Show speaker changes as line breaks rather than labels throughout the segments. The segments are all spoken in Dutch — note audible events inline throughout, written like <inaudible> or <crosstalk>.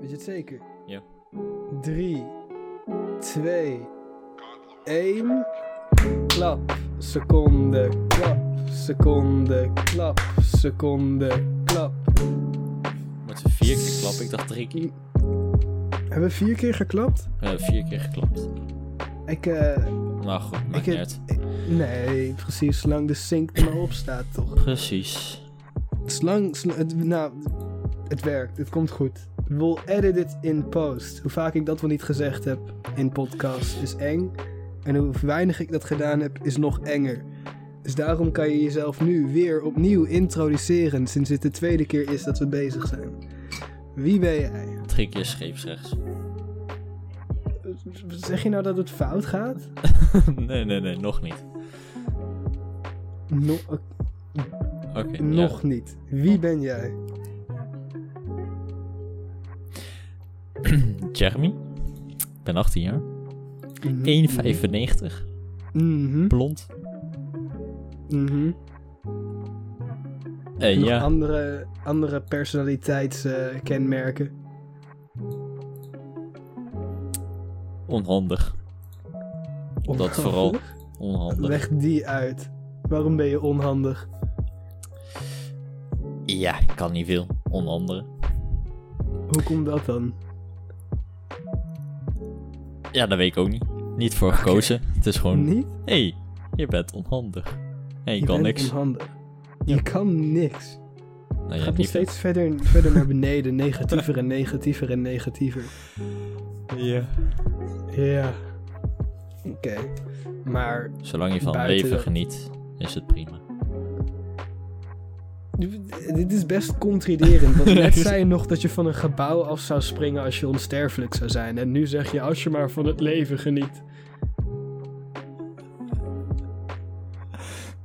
Weet je het zeker?
Ja.
3, 2, 1. Klap, seconde, klap, seconde, klap, seconde, klap.
Met z'n vier keer klap. Ik dacht drie keer.
Hebben we vier keer geklapt?
Eh, vier keer geklapt.
Ik, eh,
Nou goed, maakt
Ik heb-
niet uit.
nee, precies, zolang de sync er maar op staat, toch?
Precies.
Slang, sl- het, nou, het werkt, het komt goed. We'll edit it in post. Hoe vaak ik dat wel niet gezegd heb in podcasts is eng. En hoe weinig ik dat gedaan heb is nog enger. Dus daarom kan je jezelf nu weer opnieuw introduceren sinds dit de tweede keer is dat we bezig zijn. Wie ben jij?
Drie keer
<laughs>
scheepsrechts.
Zeg je nou dat het fout gaat?
nee, nee, nee, nog niet.
Nog-
Oké. ja.
eh, nog niet. Wie ben jij?
Jeremy. Ik ben 18 jaar. 1,95.
Mhm,
Blond.
mhm.
Eh,
Nog
ja,
andere, andere personaliteitskenmerken.
onhandig. Dat vooral. Onhandig.
Leg die uit. Waarom ben je onhandig?
Ja, ik kan niet veel. Onder andere.
Hoe komt dat dan?
Ja, dat weet ik ook niet. Niet voor gekozen. Het is gewoon...
Niet?
Hé, hey, je bent onhandig. En je, kan
bent
niks.
onhandig. Je kan niks.
Nou,
Het
ja,
gaat nog
niet
steeds verder, verder naar beneden. Negatiever en negatiever en negatiever.
veel. Ja.
Ja. Oké. Maar
Zolang je van het
Buiten
leven
dat.
geniet, is het prima.
dit is best contriderend.
<laughs>
Want net zei je nog dat je van een gebouw af zou springen als je onsterfelijk zou zijn. En nu zeg je als je maar van het leven geniet.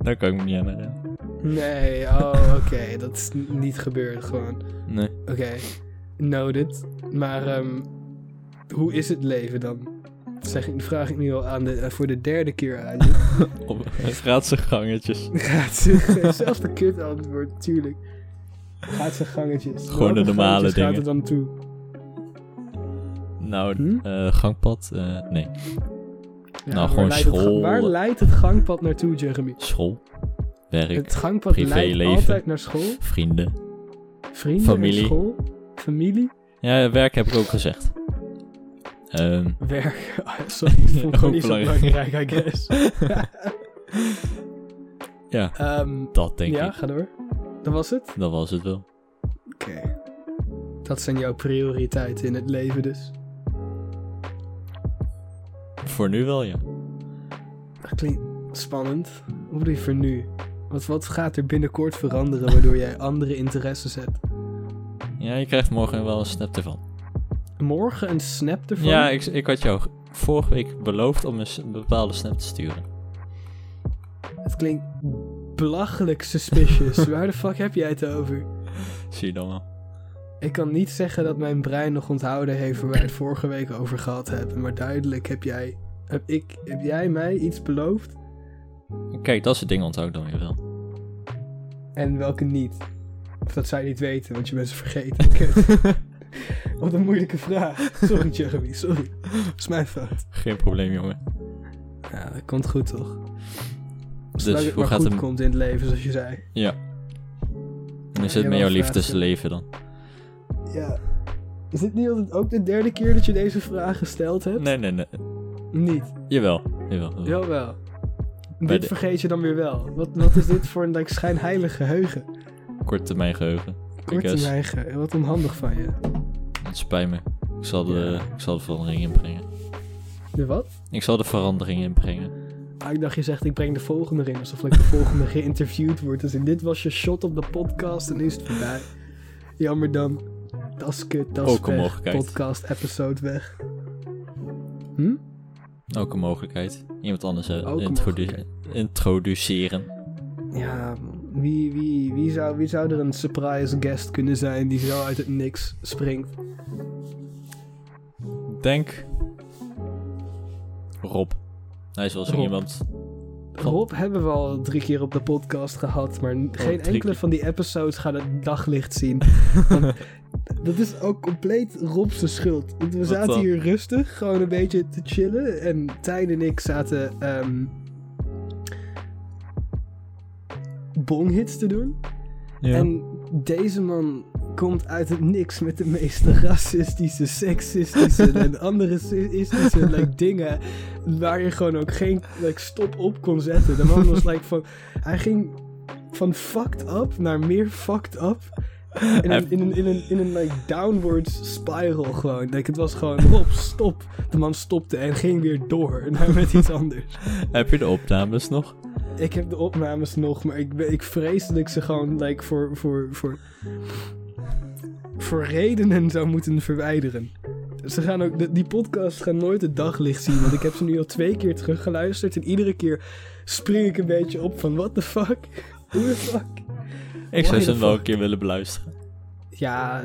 Daar kan ik me niet aan herinneren.
Nee, oh oké. Dat is n- niet gebeurd gewoon.
Nee.
Oké, noted. Maar ehm, hoe is het leven dan? Dat Zeg ik, vraag ik nu al aan de, eh, voor de derde keer aan
<laughs>
je.
Op gaat zijn gangetjes.
Gaat ze zelf de kut antwoord, tuurlijk. Gaat ze gangetjes.
Gewoon de
Welke
normale
gangetjes
dingen.
gaat het dan toe?
Nou,
Hm?
eh, gangpad? eh, nee.
Ja,
Nou,
waar
gewoon
leidt het ga-
school.
waar leidt het gangpad naartoe, Jeremy?
School. Werk.
het gangpad leidt
privéleven.
altijd naar school.
Vrienden.
Vrienden,
Familie.
En school, familie,
Ja, werk heb ik ook gezegd. Ehm, <laughs>
werk. <laughs> Ah, Sorry, dat vond ik
Ook
niet zo
belangrijk.
belangrijk, I guess.
<laughs> ja,
Ehm,
dat denk
ja,
ik.
ga door. Dat was het.
Dat was het wel.
Oké. Dat zijn jouw prioriteiten in het leven dus.
Voor nu wel, ja.
Dat klinkt spannend. Hoe bedoel je voor nu? Wat, wat gaat er binnenkort veranderen waardoor jij andere interesses hebt?
Ja, je krijgt morgen wel een snap ervan.
Morgen een snap ervan?
Ja, ik, ik had jou vorige week beloofd om een, s- een bepaalde snap te sturen.
Het klinkt belachelijk suspicious. Waar de fuck heb jij het over?
Zie je dan wel.
Ik kan niet zeggen dat mijn brein nog onthouden heeft waar wij het vorige week over gehad hebben. Maar duidelijk heb jij, heb ik, heb jij mij iets beloofd
Kijk, dat soort dingen onthoud ik dan weer wel.
en welke niet? Of dat zij niet weten, want je bent ze <laughs> vergeten. Kut. Wat een moeilijke vraag. Sorry, Jeremy, sorry. Dat is mijn fout.
Geen probleem, jongen.
Ja, dat komt goed, toch? Zolang
Dus
het
hoe
maar
gaat
goed
het?
komt in het leven, zoals je zei.
En is
Ja,
het
je
met
wel
jouw
een
liefdesleven dan?
Ja. Is dit niet altijd ook de derde keer dat je deze vraag gesteld hebt?
Nee, nee, nee.
Niet.
Jawel. Jawel.
Jawel.
Bij
dit
de-
vergeet je dan weer wel. Wat, wat is dit voor een like, schijnheilig geheugen?
Kort termijn geheugen.
Kort
guess.
mijn geheugen. Wat onhandig van je.
Het spijt me. Ik zal, de,
Ja.
ik zal de verandering inbrengen.
De wat?
Ik zal de verandering inbrengen.
Ah, ik dacht, je zegt, ik breng de volgende erin. Alsof ik de volgende geïnterviewd wordt. Dus dit was je shot op de podcast en nu is het voorbij. Jammer dan. Dat is kut, dat is
Ook omhoog
weg.
gekijkt.
Podcast episode weg. Hm?
Ook een mogelijkheid. Iemand anders eh,
Ook een
introdu- introduceren.
Ja, wie, wie, wie, zou, wie zou er een surprise guest kunnen zijn die zo uit het niks springt?
Denk. Rob. Hij is wel zo
Rob.
iemand. Van-
Rob hebben we al drie keer op de podcast gehad, maar n- geen
Oh, drie
enkele
keer.
van die episodes gaat het daglicht
<laughs>
zien. Want dat is ook compleet Rob's schuld. Want we
Wat
zaten
dan?
hier rustig, gewoon een beetje te chillen. En Tijn en ik zaten ehm bonghits te doen.
Ja.
En deze man komt uit het niks met de meeste <laughs> racistische, seksistische en andere seksistische like, dingen waar je gewoon ook geen like, stop op kon zetten. De man was like van, hij ging van fucked up naar meer fucked up. In
Hij-
een, in een, in een, in een like, downwards spiral gewoon. Like, het was gewoon, Rob, stop. De man stopte en ging weer door <laughs> naar met iets anders.
Heb je de opnames nog?
Ik heb de opnames nog, maar ik, ben- ik vrees dat ik ze gewoon like, voor, voor, voor, voor redenen zou moeten verwijderen. Ze gaan ook, de- die podcast gaan nooit het daglicht zien, want ik heb ze nu al twee keer teruggeluisterd en iedere keer spring ik een beetje op van what the fuck, who the fuck.
Ik zou
Why
ze
the
wel
fuck?
een keer willen beluisteren.
Ja,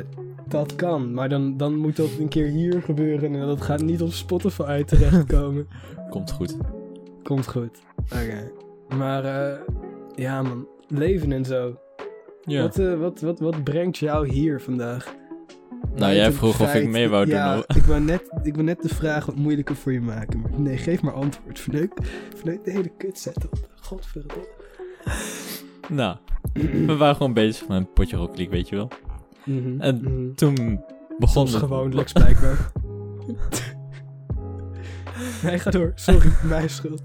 dat kan, maar dan, dan moet dat een keer hier gebeuren en dat gaat niet op Spotify terechtkomen. <laughs>
Komt goed.
Komt goed. Oké. Maar eh, ja man, leven en zo.
Ja.
Wat, eh, wat, wat, wat brengt jou hier vandaag?
nou, jij
Buiten
vroeg
het
of ik
feit-
mee wou
ja,
doen. hoor.
Ik wou, net, ik wou net de vraag wat moeilijker voor je maken. Maar nee, geef maar antwoord. Verneuk, verneuk de hele kut set op. Godverdomme.
Nou, we waren gewoon bezig met een potje Rocket League, weet je wel.
Mhm,
En
mhm.
Toen begon
Soms
het-
gewoon Lex
<laughs>
blijkbaar. nee, ga door. Sorry, <laughs> mijn schuld.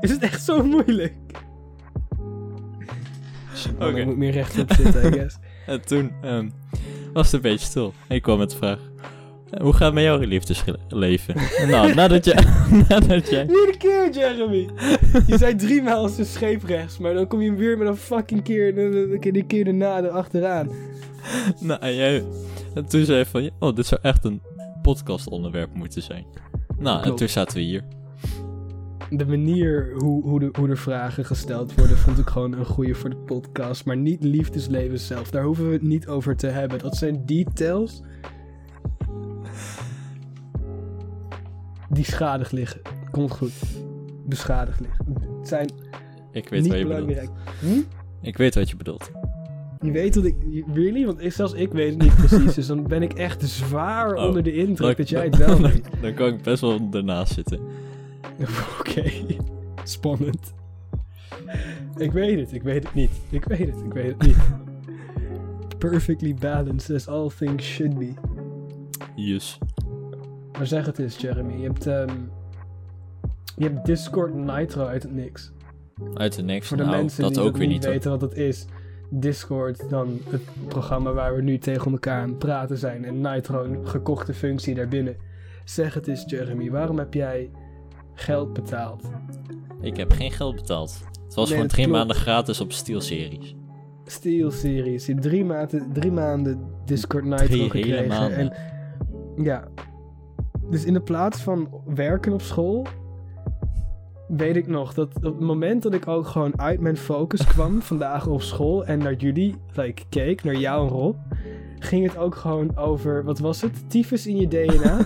Is het echt zo moeilijk? Oké.
Oké.
Ik moet meer rechtop zitten, I guess.
En toen ehm, was het een beetje stil. En ik kwam met de vraag: eh, Hoe gaat het met jouw liefdesleven? <laughs> nou, nadat jij. <laughs> nadat jij
Iedere keer, Jeremy. Je zei drie maal als een scheep rechts, maar dan kom je weer met een fucking keer de, de, de keer daarna erachteraan.
nou, en jij. En toen zei je van: ja, Oh, dit zou echt een podcastonderwerp moeten zijn. Nou, en
Klopt.
toen zaten we hier.
De manier hoe, hoe, de, hoe de vragen gesteld worden, vond ik gewoon een goede voor de podcast. Maar niet liefdesleven zelf. Daar hoeven we het niet over te hebben. Dat zijn details. Die schadig liggen. Komt goed. Beschadigd liggen. Het zijn
Ik weet
niet
wat je
belangrijk.
bedoelt.
Hm?
Ik weet wat je bedoelt.
Je weet dat ik. Really? Want ik, zelfs ik weet het niet precies. Dus dan ben ik echt zwaar
Oh,
onder de indruk
Dan-
dat jij het wel
dan,
weet.
dan kan ik best wel ernaast zitten.
Oké. Spannend. Ik weet het, ik weet het niet. Ik weet het, ik weet het niet. Perfectly balanced as all things should be.
Yes.
Maar zeg het eens, Jeremy. Je hebt. ehm, je hebt Discord Nitro uit het niks.
Uit de niks.
Voor de
Nou,
mensen
dat
die
ook
dat
weer
niet
niet. hoor.
weten wat dat is. Discord, dan het programma waar we nu tegen elkaar aan het praten zijn. En Nitro, een gekochte functie daarbinnen. Zeg het eens, Jeremy, waarom heb jij geld betaald?
Ik heb geen geld betaald. Het was
Nee,
gewoon
dat
drie
klopt.
maanden gratis op Steel Series.
Steel Series, je hebt drie maanden, drie maanden Discord Nitro
Drie
gekregen.
hele maanden.
En ja, dus in de plaats van werken op school, weet ik nog dat op het moment dat ik ook gewoon uit mijn focus kwam vandaag op school en naar jullie like, keek, naar jou en Rob, ging het ook gewoon over, wat was het? Tyfus in je DNA?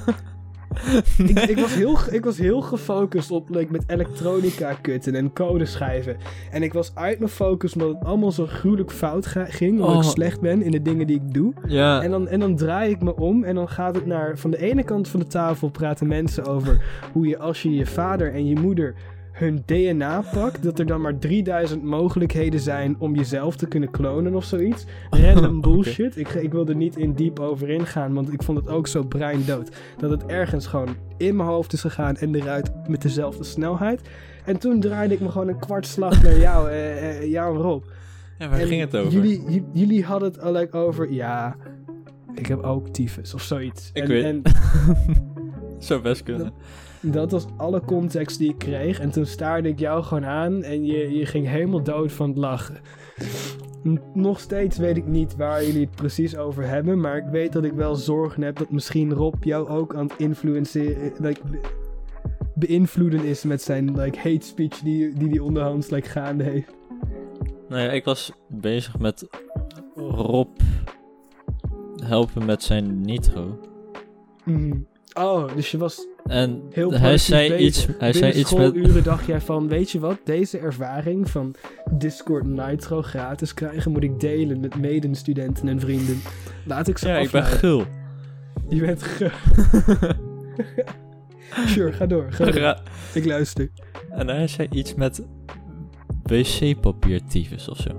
ik, ik, was heel, ge- ik was heel gefocust op like, met elektronica kutten en code schrijven. En ik was uit mijn focus omdat het allemaal zo gruwelijk fout ga- ging, omdat ik
Oh.
slecht ben in de dingen die ik doe.
Ja,
En dan, en dan draai ik me om en dan gaat het naar... Van de ene kant van de tafel praten mensen over hoe je als je je vader en je moeder hun DNA pakt... dat er dan maar 3000 mogelijkheden zijn om jezelf te kunnen klonen of zoiets. Random
Oké.
bullshit. Ik, ga- ik wil er niet in diep over ingaan, want ik vond het ook zo breindood. Dat het ergens gewoon in mijn hoofd is gegaan en eruit met dezelfde snelheid. En toen draaide ik me gewoon een kwart slag naar jou, eh, eh, jou en Rob.
ja waar
En
ging het over?
Jullie, j- jullie hadden het al like, over, ja, ik heb ook tyfus of zoiets.
Ik
en,
weet-
en
Zou best kunnen.
dat was alle context die ik kreeg. En toen staarde ik jou gewoon aan en je, je ging helemaal dood van het lachen. N- Nog steeds weet ik niet waar jullie het precies over hebben. Maar ik weet dat ik wel zorgen heb dat misschien Rob jou ook aan het influenceren. eh, Like, be- beïnvloeden is met zijn like, hate speech die die, die onderhands like, gaande heeft.
Nou ja, ik was bezig met Rob helpen met zijn nitro.
Mhm. Oh, dus je was
En
heel
hij
productief
zei
bezig.
iets, hij
Binnen
zei iets met...
schooluren dacht jij van, weet je wat, deze ervaring van Discord Nitro gratis krijgen moet ik delen met medestudenten en vrienden. Laat ik ze
Ja, ik ben
afleiden.
gul.
Je bent ge...
<laughs>
Sure, ga door, ga
<laughs>
door.
Ra-
Ik luister.
En hij zei iets met wc-papiertyfus of zo.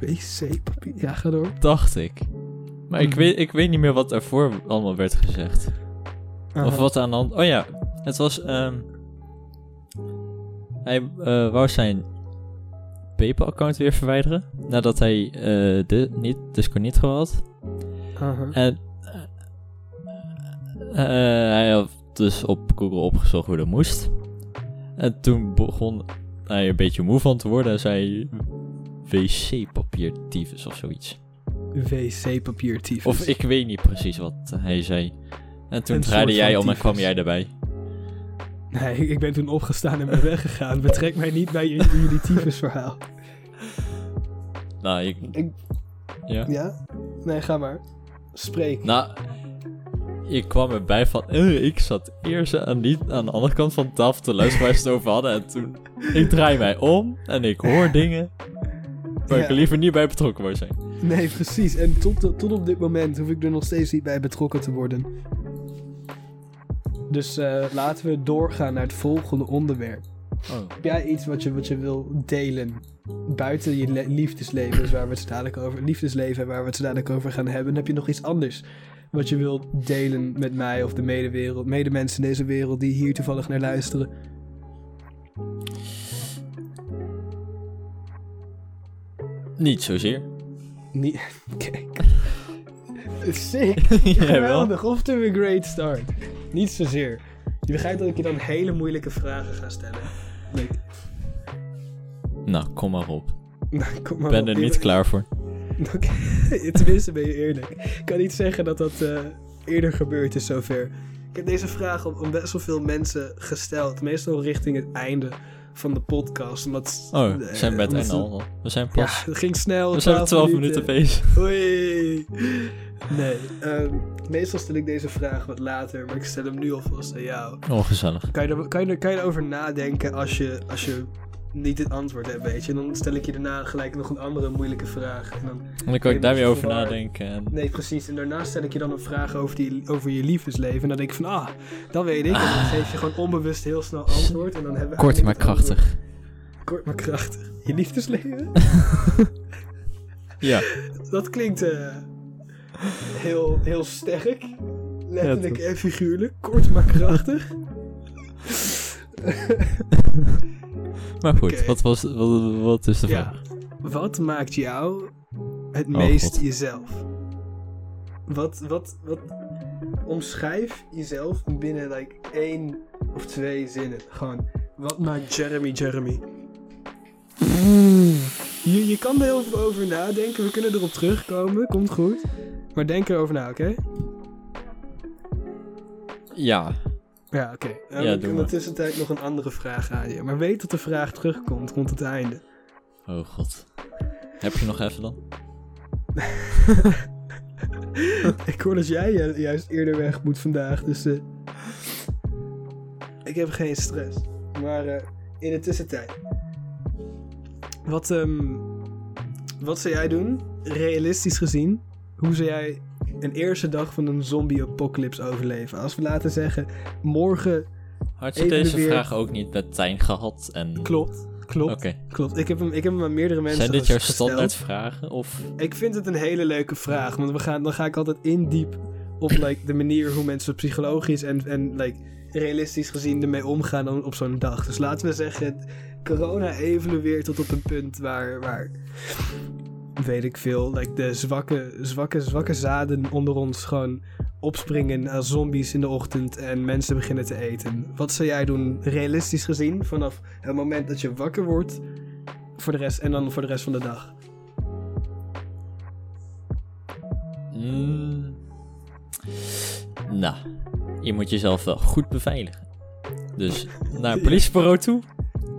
Wc-papier. Ja, ga door.
Dacht ik. Maar ik,
Mhm.
weet, ik weet niet meer wat daarvoor allemaal werd gezegd. Of wat aan de hand... Oh ja, het was... ehm, hij eh, wou zijn PayPal-account weer verwijderen. Nadat hij eh de, niet, Discord niet had.
Aha.
En eh, eh, hij had dus op Google opgezocht hoe dat moest. En toen begon hij een beetje moe van te worden en zei wc-papier tyfus of zoiets.
Wc-papier tyfus.
Of ik weet niet precies wat hij zei. En toen
Een
draaide
soort van
jij om en
tyfus.
kwam jij erbij.
Nee, ik ben toen opgestaan en ben weggegaan. Betrek mij niet bij jullie, jullie tyfusverhaal.
<laughs> Nou, ik,
Ik-
ja.
Ja? Nee, ga maar. Spreek.
Nou, ik kwam erbij van, eh, ik zat eerst aan, die, aan de andere kant van de tafel te luisteren waar ze het over hadden. En toen, ik draai mij om en ik hoor dingen waar ik
Ja.
liever niet bij betrokken wou zijn.
Nee, precies. En tot, tot op dit moment hoef ik er nog steeds niet bij betrokken te worden. Dus eh, laten we doorgaan naar het volgende onderwerp.
Oh.
Heb jij iets wat je, wat je wil delen? Buiten je le- liefdesleven, is waar we het zo dadelijk over liefdesleven, waar we het zo dadelijk over gaan hebben. Heb je nog iets anders wat je wilt delen met mij of de medewereld, medemensen in deze wereld die hier toevallig naar luisteren?
Niet zozeer.
Niet. <laughs> Kijk. Sick.
<laughs> Jawel.
Geweldig. Of to a great start. Niet zozeer. Je begrijpt dat ik je dan hele moeilijke vragen ga stellen. <laughs> Nee.
Nou, kom maar op.
Nou, kom maar
Ik ben
op.
er
Je
niet
bent- <laughs>
klaar voor.
Oké, tenminste ben je eerlijk. Ik kan niet zeggen dat dat eh, eerder gebeurd is zover. Ik heb deze vraag om, om best wel veel mensen gesteld. Meestal richting het einde van de podcast. Omdat,
Oh, we zijn bij
met
het einde al. We zijn
Ja,
pas...
het ging snel.
we zijn 12
eh.
minuten bezig.
<laughs> Oei. Nee, ehm, meestal stel ik deze vraag wat later, maar ik stel hem nu alvast aan jou.
Ongezellig.
Kan je, er, kan je, er, kan je erover nadenken als je, als je niet het antwoord hebt, weet je? En dan stel ik je daarna gelijk nog een andere moeilijke vraag. En dan
En dan kan ik daar weer over nadenken. En...
Nee, precies. En daarna stel ik je dan een vraag over, die, over je liefdesleven. En dan denk ik van, ah, dat weet ik. En dan geef je gewoon onbewust heel snel antwoord. En dan hebben we
Kort maar
eigenlijk het antwoord.
krachtig.
Kort maar krachtig. Je liefdesleven?
Ja.
Dat klinkt eh, heel, heel sterk. Letterlijk
Ja,
en figuurlijk. Kort maar krachtig.
Maar goed,
Oké.
wat, was, wat, wat is de
ja.
vraag?
Wat maakt jou het
Oh,
meest
God.
jezelf? Wat, wat, wat... Omschrijf jezelf binnen like, één of twee zinnen. Gewoon, wat maakt Jeremy Jeremy? Je, je kan er heel veel over nadenken. We kunnen erop terugkomen. Komt goed. Maar denk erover na, oké?
Ja.
Ja, oké.
Ja,
Dan heb ik
doe
in de
maar.
tussentijd nog een andere vraag aan je. Maar weet dat de vraag terugkomt rond het einde.
Oh god. Heb je nog even dan?
Ik hoor dat jij ju- juist eerder weg moet vandaag, dus... eh, ik heb geen stress. Maar eh, in de tussentijd. Wat, ehm, wat zou jij doen, realistisch gezien? Hoe zou jij een eerste dag van een zombie-apocalypse overleven? Als we laten zeggen, morgen
Had je
Even
deze
weer-
vraag ook niet met Tijn gehad? En...
klopt. Klopt,
Oké.
klopt. Ik heb, hem, ik heb hem aan meerdere mensen
Oh. Zijn dit jouw
gesteld.
standaardvragen? Of...
Ik vind het een hele leuke vraag. Want we gaan, dan ga ik altijd indiep op like, de manier hoe mensen psychologisch en, en like, realistisch gezien ermee omgaan dan op zo'n dag. Dus laten we zeggen, corona evolueert tot op een punt waar, waar weet ik veel, like, de zwakke, zwakke, zwakke zaden onder ons gewoon opspringen als zombies in de ochtend en mensen beginnen te eten. Wat zou jij doen, realistisch gezien, vanaf het moment dat je wakker wordt voor de rest, en dan voor de rest van de dag?
Mm. Nou, je moet jezelf wel goed
<laughs>
beveiligen. Dus naar een politiebureau toe.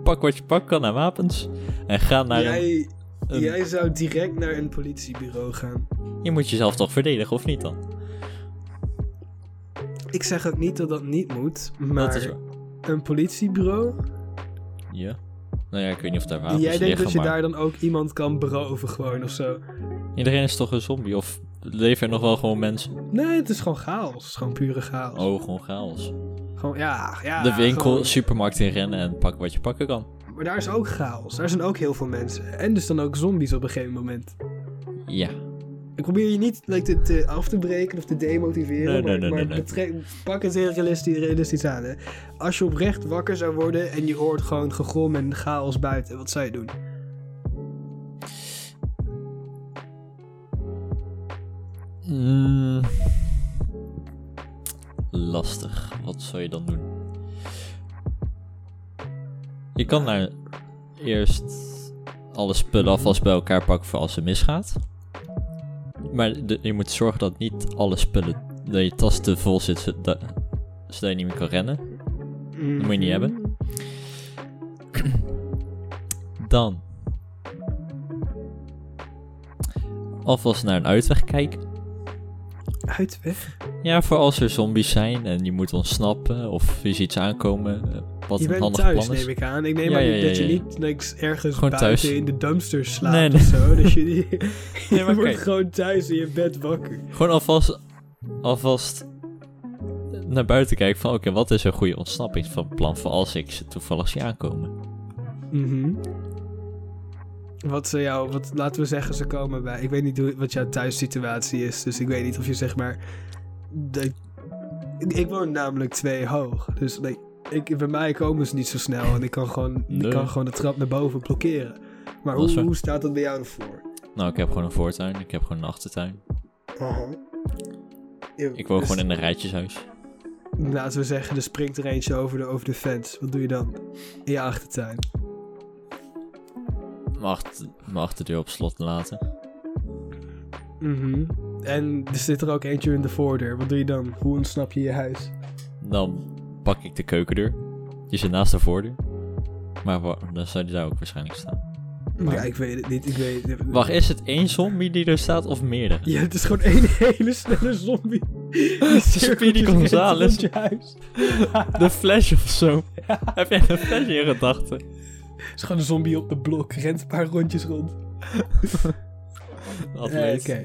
Pak wat je pak kan aan wapens. En ga naar een-
jij,
een...
jij zou direct naar een politiebureau gaan.
Je moet jezelf toch verdedigen, of niet dan?
Ik zeg ook niet dat dat niet moet, maar
Dat is waar. Nou,
een politiebureau?
Ja. Nou ja, ik weet niet of daar wapens
jij denkt
liggen,
dat je
maar
daar dan ook iemand kan beroven gewoon of zo?
iedereen is toch een zombie? Of leven er nog wel gewoon mensen?
Nee, het is gewoon chaos. Het is gewoon pure chaos.
Oh, gewoon chaos.
Gewoon, ja, ja.
De winkel,
gewoon-
supermarkt in rennen en pak wat je pakken kan.
Maar daar is ook chaos. Daar zijn ook heel veel mensen. En dus dan ook zombies op een gegeven moment.
Ja.
Ik probeer je niet like, te, te af te breken of te demotiveren.
Nee, nee,
maar
nee,
maar
nee, nee.
betrek- pak het heel realistisch, realistisch aan. Hè. Als je oprecht wakker zou worden en je hoort gewoon gegrom en chaos buiten, wat zou je doen?
Mm. Lastig. Wat zou je dan doen? Je kan daar eerst alle spullen alvast bij elkaar pakken voor als ze misgaat. Maar de- je moet zorgen dat niet alle spullen, dat je tas te vol zit, zodat, zodat je niet meer kan rennen.
Mm.
moet je niet hebben. Dan. Alvast naar een uitweg kijken.
Uitweg.
Ja, voor als er zombies zijn en je moet ontsnappen of je ziet iets aankomen, eh, wat
Je
een
bent
handig
thuis,
plan is.
neem ik aan. Ik neem
Ja,
aan
ja,
niet
ja,
dat je
ja, ja.
niet niks ergens
Gewoon
buiten
thuis.
in de dumpster slaapt
Nee,
of zo. Dat je, <laughs> die,
<laughs> Nee,
je
maar
wordt
kijk.
gewoon thuis in je bed wakker.
Gewoon alvast, alvast naar buiten kijken van oké, wat is een goede ontsnappingsplan voor als ik ze toevallig zie aankomen.
Mhm. Wat ze jou, wat, laten we zeggen, ze komen bij. Ik weet niet hoe, wat jouw thuissituatie is, dus ik weet niet of je zeg maar. dat- ik, ik woon namelijk twee hoog, dus like, ik, bij mij komen ze niet zo snel en ik kan gewoon,
Nee.
ik kan gewoon de trap naar boven blokkeren. Maar
Dat is
hoe,
waar.
hoe staat dat bij jou ervoor?
Nou, ik heb gewoon een voortuin, ik heb gewoon een achtertuin.
Eeuw,
Ik woon
dus
gewoon in een rijtjeshuis.
Laten we zeggen, er springt er eentje over de, over de fence. Wat doe je dan? In je achtertuin.
Mijn, achter, mijn achterdeur op slot laten.
Mhm. En er zit er ook eentje in de voordeur. Wat doe je dan? Hoe ontsnap je je huis?
Dan pak ik de keukendeur. Die zit naast de voordeur. Maar wa- dan zou die daar ook waarschijnlijk staan. Maar-
Ja, ik weet het niet. Ik weet het.
Wacht, is het één zombie die er staat of meerdere?
Ja, het is gewoon één <laughs> hele snelle zombie. Die cirkelt
Speedy
je rond
Gonzales.
je huis.
De Flash of <laughs> zo. Heb jij de Flash in gedachten?
Het is gewoon een zombie op de blok. Rent een paar rondjes rond. Eh,
Atleet.
Oké.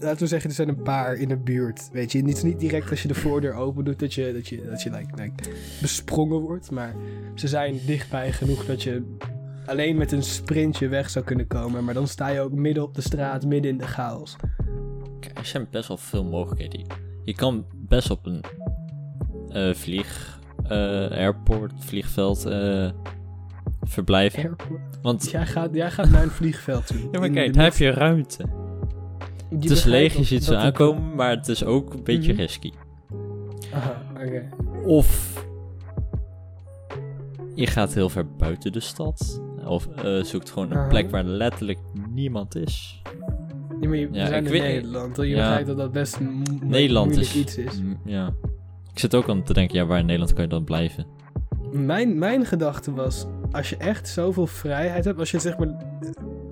Laten we zeggen, er zijn een paar in de buurt. Weet je, het is niet direct als je de voordeur open doet dat je, dat je, dat je like, like, besprongen wordt. Maar ze zijn dichtbij genoeg dat je alleen met een sprintje weg zou kunnen komen. Maar dan sta je ook midden op de straat, midden in de chaos.
Kijk, er zijn best wel veel mogelijkheden. Je kan best op een eh, vlieg, eh, airport, vliegveld eh, verblijven.
Airport.
Want
Jij gaat, jij gaat naar een vliegveld toe.
ja, maar
In de
kijk,
midden-
daar heb je ruimte.
Je
Het is
begrijpt
leeg, je
dat-
ziet ze
dat het-
aankomen, maar het is ook een beetje
Mhm.
risky.
Aha, oké.
Of je gaat heel ver buiten de stad. Of eh, zoekt gewoon een
Aha.
plek waar letterlijk niemand is.
Ja, maar je, we
Ja,
zijn
ik
in
weet-
Nederland. Je
Ja.
begrijpt dat dat best een mo-
Nederland
moeilijk
is,
iets is.
Mm, Ja. Ik zit ook aan te denken, ja, waar in Nederland kan je dan blijven?
Mijn, mijn gedachte was, als je echt zoveel vrijheid hebt, als je zeg maar eh,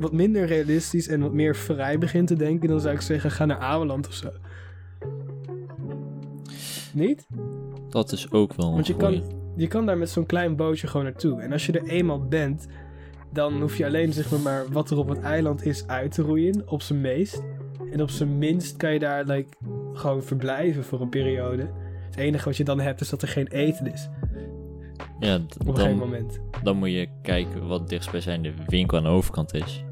wat minder realistisch en wat meer vrij begint te denken, dan zou ik zeggen, ga naar Ameland of zo. Niet?
Dat is ook wel een
Want je
goeie.
kan, je kan daar met zo'n klein bootje gewoon naartoe. En als je er eenmaal bent, dan hoef je alleen zeg maar, maar wat er op het eiland is uit te roeien, op zijn meest. En op zijn minst kan je daar like, gewoon verblijven voor een periode. Het enige wat je dan hebt is dat er geen eten is
Ja, d-
op een gegeven
dan,
moment.
dan moet je kijken wat dichtstbijzijnde winkel aan de overkant is.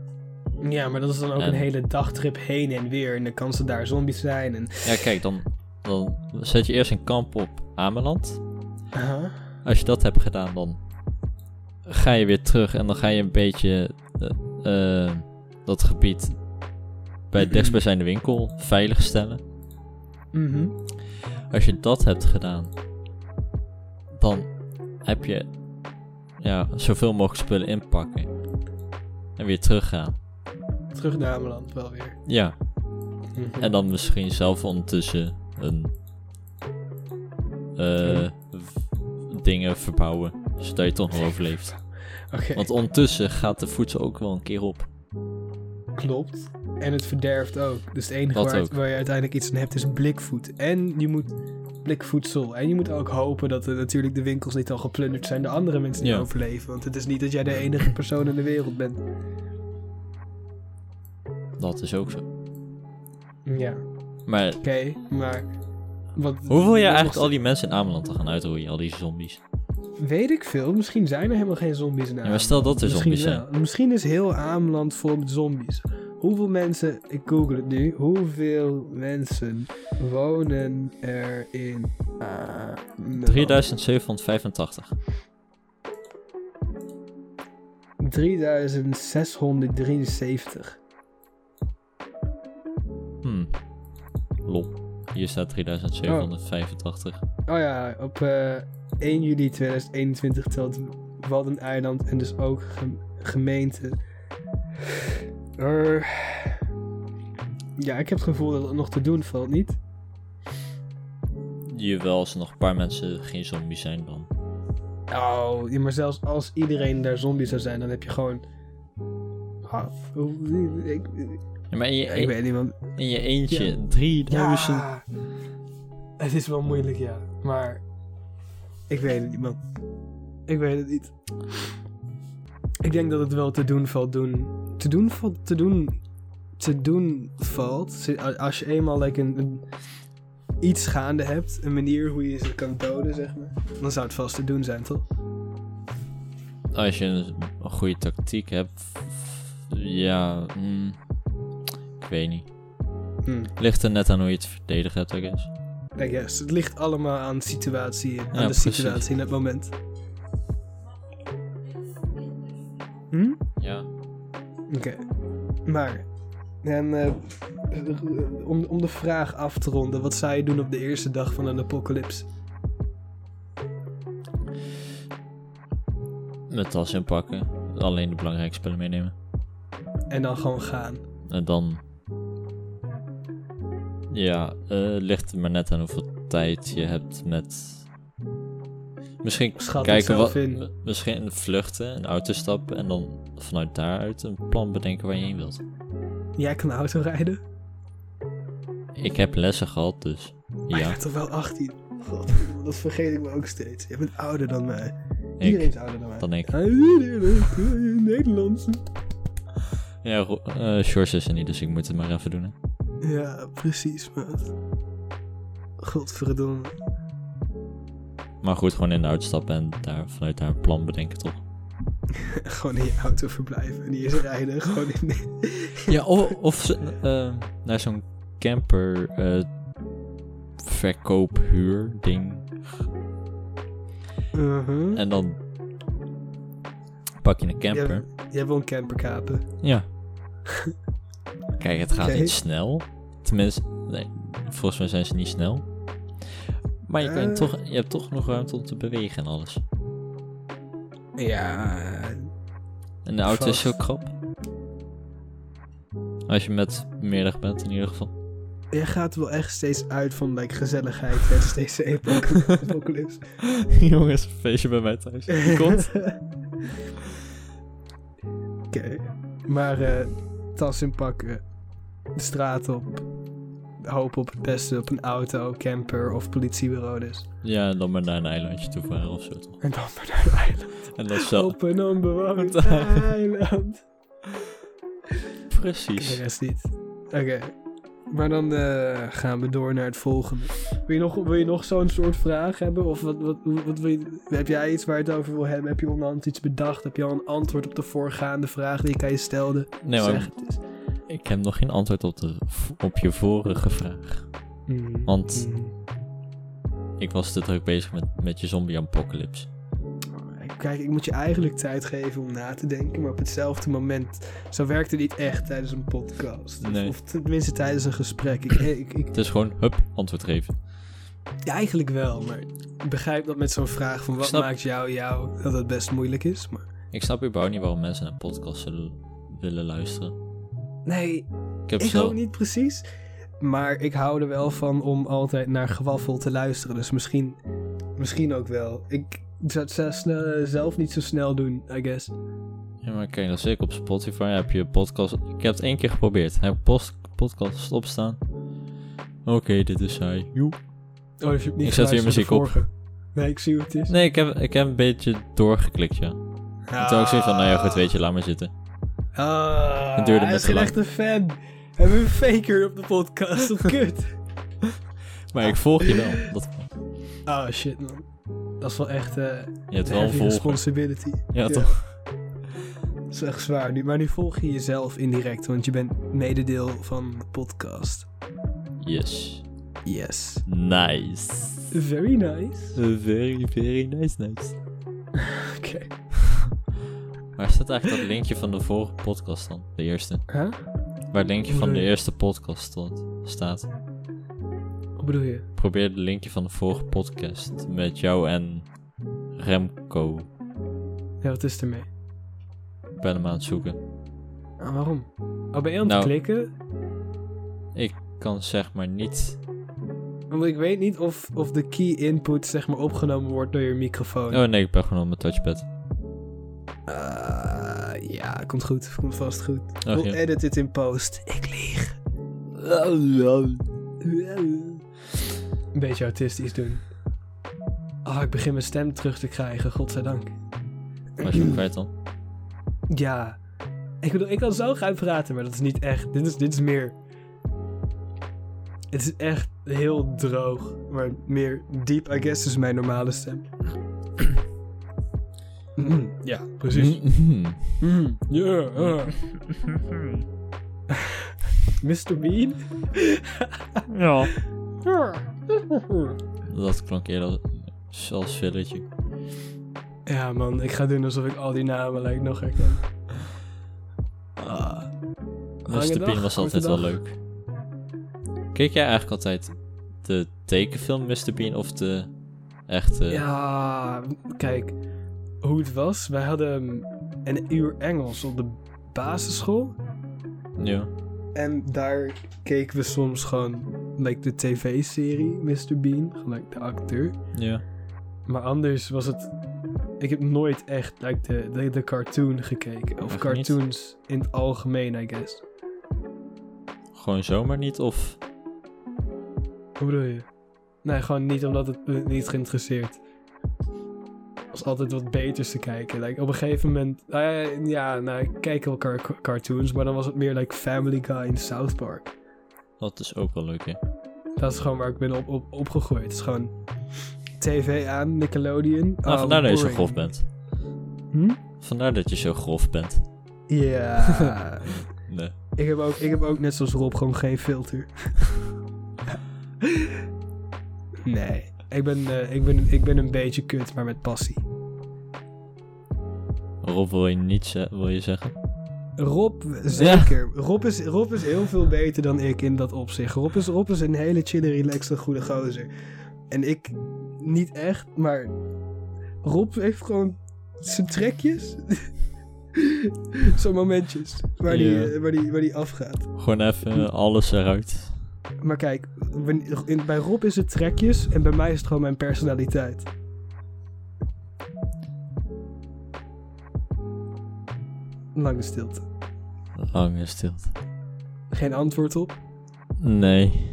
Ja, maar dat is dan ook
En-
een hele dagtrip heen en weer. En dan kan ze daar zombies zijn. En...
Ja, kijk, dan, dan zet je eerst een kamp op Ameland. Als je dat hebt gedaan, dan ga je weer terug en dan ga je een beetje eh, eh, dat gebied bij het dichtstbijzijnde winkel veilig stellen.
Mhm.
Als je dat hebt gedaan, dan heb je ja, zoveel mogelijk spullen inpakken. En weer teruggaan.
Terug naar Ameland wel weer.
Ja,
Mhm.
en dan misschien zelf ondertussen een. eh, v- dingen verbouwen. Zodat je toch nog overleeft.
Oké,
Want ondertussen gaat de voedsel ook wel een keer op.
klopt. En het verderft ook. Dus het enige
Dat
waar,
ook.
waar je uiteindelijk iets aan hebt is blikvoet. En je moet blik voedsel. En je moet ook hopen dat er natuurlijk de winkels niet al geplunderd zijn door andere mensen die
Ja.
overleven. Want het is niet dat jij de enige persoon in de wereld bent.
Dat is ook zo.
Ja,
Maar
oké, maar. Wat,
hoe wil je
wat
eigenlijk
nog-
al die mensen in Ameland te gaan uitroeien? Al die zombies.
Weet ik veel, misschien zijn er helemaal geen zombies in
Ja, maar
Ameland.
stel dat er
misschien
zombies zijn.
wel. Misschien is heel Ameland vol met zombies. Hoeveel mensen, ik google het nu, hoeveel mensen wonen er in eh, Ameland?
3785.
3673.
Hmm. Lol. Hier staat 3785.
Oh ja, op eh, 1 juli 2021 telt Waddeneiland en dus ook gem- gemeente. Er... Ja, ik heb het gevoel dat het nog te doen valt, niet?
Jawel, als er nog een paar mensen geen zombies zijn dan.
Oh, ja, maar zelfs als iedereen daar zombie zou zijn, dan heb je gewoon... Ah, hoe- ik, ik,
Ja, maar in je, e-
ik weet niet, man.
in je eentje 3000.
Ja, het is wel moeilijk, ja. Maar ik weet het niet, man. Ik weet het niet. Ik denk dat het wel te doen valt doen. Te doen valt te doen. Te doen valt. Ze- Als je eenmaal like, een, een- iets gaande hebt, een manier hoe je ze kan doden, zeg maar. Dan zou het vast te doen zijn, toch?
Als je een, een goede tactiek hebt. Ja, hmm. ik weet niet.
Hm,
Ligt er net aan hoe je het verdedigd hebt, I guess.
I guess. Het ligt allemaal aan de situatie, aan
Ja,
de
precies.
situatie in het moment. Hm?
Ja.
Oké. Maar, en, eh, om, om de vraag af te ronden, wat zou je doen op de eerste dag van een apocalypse?
Mijn tas inpakken. Alleen de belangrijke spullen meenemen.
En dan gewoon gaan.
En dan. Ja, eh, ligt er maar net aan hoeveel tijd je hebt met. Misschien
Schat het
kijken
zelf
wat.
in.
m- Misschien vluchten, een auto stappen en dan vanuit daaruit een plan bedenken waar je heen wilt.
Jij kan auto rijden?
Ik heb lessen gehad, dus.
Maar je
Ja,
bent toch wel 18? God, dat vergeet ik me ook steeds. Je bent ouder dan mij. Iedereen
ik.
is ouder dan mij.
Dan ik.
Ah, iedereen, eh, Nederlands.
Ja, Ro- eh, George is er niet, dus ik moet het maar even doen. Hè.
Ja, precies, maat. Godverdomme.
Maar goed, gewoon in de auto stappen en daar, vanuit daar een plan bedenken, toch?
Gewoon in je auto verblijven en hier rijden. Gewoon in...
Ja, of, of eh, naar zo'n camper eh verkoophuur ding
Mhm.
En dan pak je een camper.
Jij, jij wil een camper kapen. <laughs>
Ja. Kijk, het gaat
Oké.
niet snel. Tenminste, nee, volgens mij zijn ze niet snel. Maar je, kan
Eh.
toch, je hebt toch nog ruimte om te bewegen en alles.
Ja,
En de auto is zo
Vast.
krap. Als je met meerdag bent in
<laughs>
ieder geval. <laughs>
Jij gaat wel echt steeds uit van like, gezelligheid tijdens deze apoc- <laughs> apocalypse.
Jongens, een feestje bij mij thuis. Je komt.
Oké. Maar eh, tas inpakken, de straat op, hoop op het beste op een auto, camper of politiebureau dus.
Ja, en dan maar naar een eilandje toe varen of zo toch.
En dan maar naar een eiland.
En dan zo.
Op een <laughs> onbewoond
Wat?
eiland. De
Precies.
rest niet. Oké. Maar dan eh, gaan we door naar het volgende. Wil je nog, wil je nog zo'n soort vraag hebben? Of wat, wat, wat wil je, heb jij iets waar je het over wil hebben? Heb je onderhand iets bedacht? Heb je al een antwoord op de voorgaande vraag die ik aan je stelde?
Nee,
zeg
maar
het eens.
ik heb nog geen antwoord op, de, op je vorige vraag.
Mm,
want-
mm.
Ik was te druk bezig met, met je zombie apocalypse.
Kijk, ik moet je eigenlijk tijd geven om na te denken. Maar op hetzelfde moment. Zo werkt het niet echt tijdens een podcast.
Nee.
Of tenminste tijdens een gesprek. Ik, ik, ik,
Het is gewoon, hup, antwoord geven.
Ja, eigenlijk wel, maar ik begrijp dat met zo'n vraag van wat
snap-
maakt jou jou, dat het best moeilijk is. Maar
Ik snap überhaupt niet waarom mensen naar podcasts zullen willen luisteren.
nee,
Ik heb
ik
zelf...
ook niet precies. Maar ik hou er wel van om altijd naar gewaffel te luisteren. Dus misschien, misschien ook wel. Ik zou het zelf snel- zelf niet zo snel doen, I guess.
Oh, Ja, maar kijk, als ik op Spotify heb je podcast... Ik heb het één keer geprobeerd. Heb ik post, podcast opstaan. Oké, dit is saai. Joe.
Oh, dus je hebt niet
Ik zet
geluisterd naar
weer
de
muziek
vorige. Nee, ik zie hoe het is.
Nee, ik heb, ik heb een beetje doorgeklikt, ja. En toen had ik zoiets van, nou ja, goed, weet je, laat maar zitten.
Ah,
Het duurde
hij
net
is
te
geen
lang.
echte fan. We hebben een faker op de podcast. Wat
<laughs>
kut.
Maar ik volg je wel. Dat,
Ah, shit, man. Dat is wel echt eh
je hebt wel een
heavy
volger.
responsibility.
Ja, toch?
Dat is echt zwaar. Nu, maar nu volg je jezelf indirect, want je bent mededeel van de podcast.
Yes.
Yes.
Nice.
Very nice.
Very, very nice, nice.
Oké.
Waar staat eigenlijk dat linkje van de vorige podcast dan? De eerste.
Huh?
Waar het linkje van de
Nee.
eerste podcast stond, staat.
Wat bedoel je?
Probeer het linkje van de vorige podcast met jou en Remco.
Ja, wat is ermee?
Ik ben hem aan het zoeken.
Ah, waarom? Oh, ben je aan het
Nou.
klikken?
Ik kan zeg maar niet.
Want ik weet niet of, of de key input zeg maar opgenomen wordt door je microfoon.
Oh nee, ik ben gewoon op mijn touchpad.
Eh, ja, komt goed. Komt vast goed.
Oh,
We'll
ja.
edit it in post. Ik lieg. Een beetje autistisch doen. Ah, ik begin mijn stem terug te krijgen, godzijdank.
Was je hem kwijt dan?
Ja. Ik bedoel, ik kan zo gaan praten, maar dat is niet echt. Dit is, dit is meer... Het is echt heel droog. Maar meer diep, I guess, is mijn normale stem. Mm, ja, precies.
Mhm.
Mm, yeah, uh. Mr. Bean?
Ja. <laughs> Dat klonk eerder als filletje.
Ja, man, ik ga doen alsof ik al die namen like, nog herken. Ah. Lange
Mr. Bean
dag,
was
korte
altijd wel
dag.
leuk. Keek jij eigenlijk altijd de tekenfilm Mr. Bean of de echte?
Ja, kijk, hoe het was. Wij hadden een uur Engels op de basisschool.
Ja.
En daar keken we soms gewoon like, de tv-serie Mr. Bean, gelijk de acteur.
Ja.
Maar anders was het... Ik heb nooit echt like, de, de, de cartoon gekeken. Of
Echt niet?
cartoons in het algemeen, I guess.
Gewoon zomaar niet of...
Hoe bedoel je? Nee, gewoon niet omdat het me niet geïnteresseerd. Was altijd wat beters te kijken. Like, op een gegeven moment. eh, ja, nou, ik kijk wel car- cartoons, maar dan was het meer like Family Guy in South Park.
Dat is ook wel leuk, hè? Nou,
Dat is gewoon waar ik ben op, op, opgegroeid. Het is gewoon TV aan, Nickelodeon.
Nou,
Oh,
vandaar dat je zo
boring.
grof bent.
Hm?
Vandaar dat je zo grof bent. <laughs>
Ja.
Nee.
ik, heb ook, ik heb ook net zoals Rob gewoon geen filter. nee. Ik ben, eh, ik, ben, ik ben een beetje kut, maar met passie.
Rob wil je niet ze- wil je zeggen?
Rob, zeker. Rob, is, Rob is heel veel beter dan ik in dat opzicht. Rob is, Rob is een hele chille, relaxed, goede gozer. En ik niet echt, maar Rob heeft gewoon zijn trekjes. <laughs> Zo'n momentjes waar die,
Ja.
eh, waar, die, waar die afgaat.
Gewoon even alles eruit.
Maar kijk, wan- in- bij Rob is het trekjes en bij mij is het gewoon mijn personaliteit. Lange stilte.
Lange stilte.
Geen antwoord op.
Nee.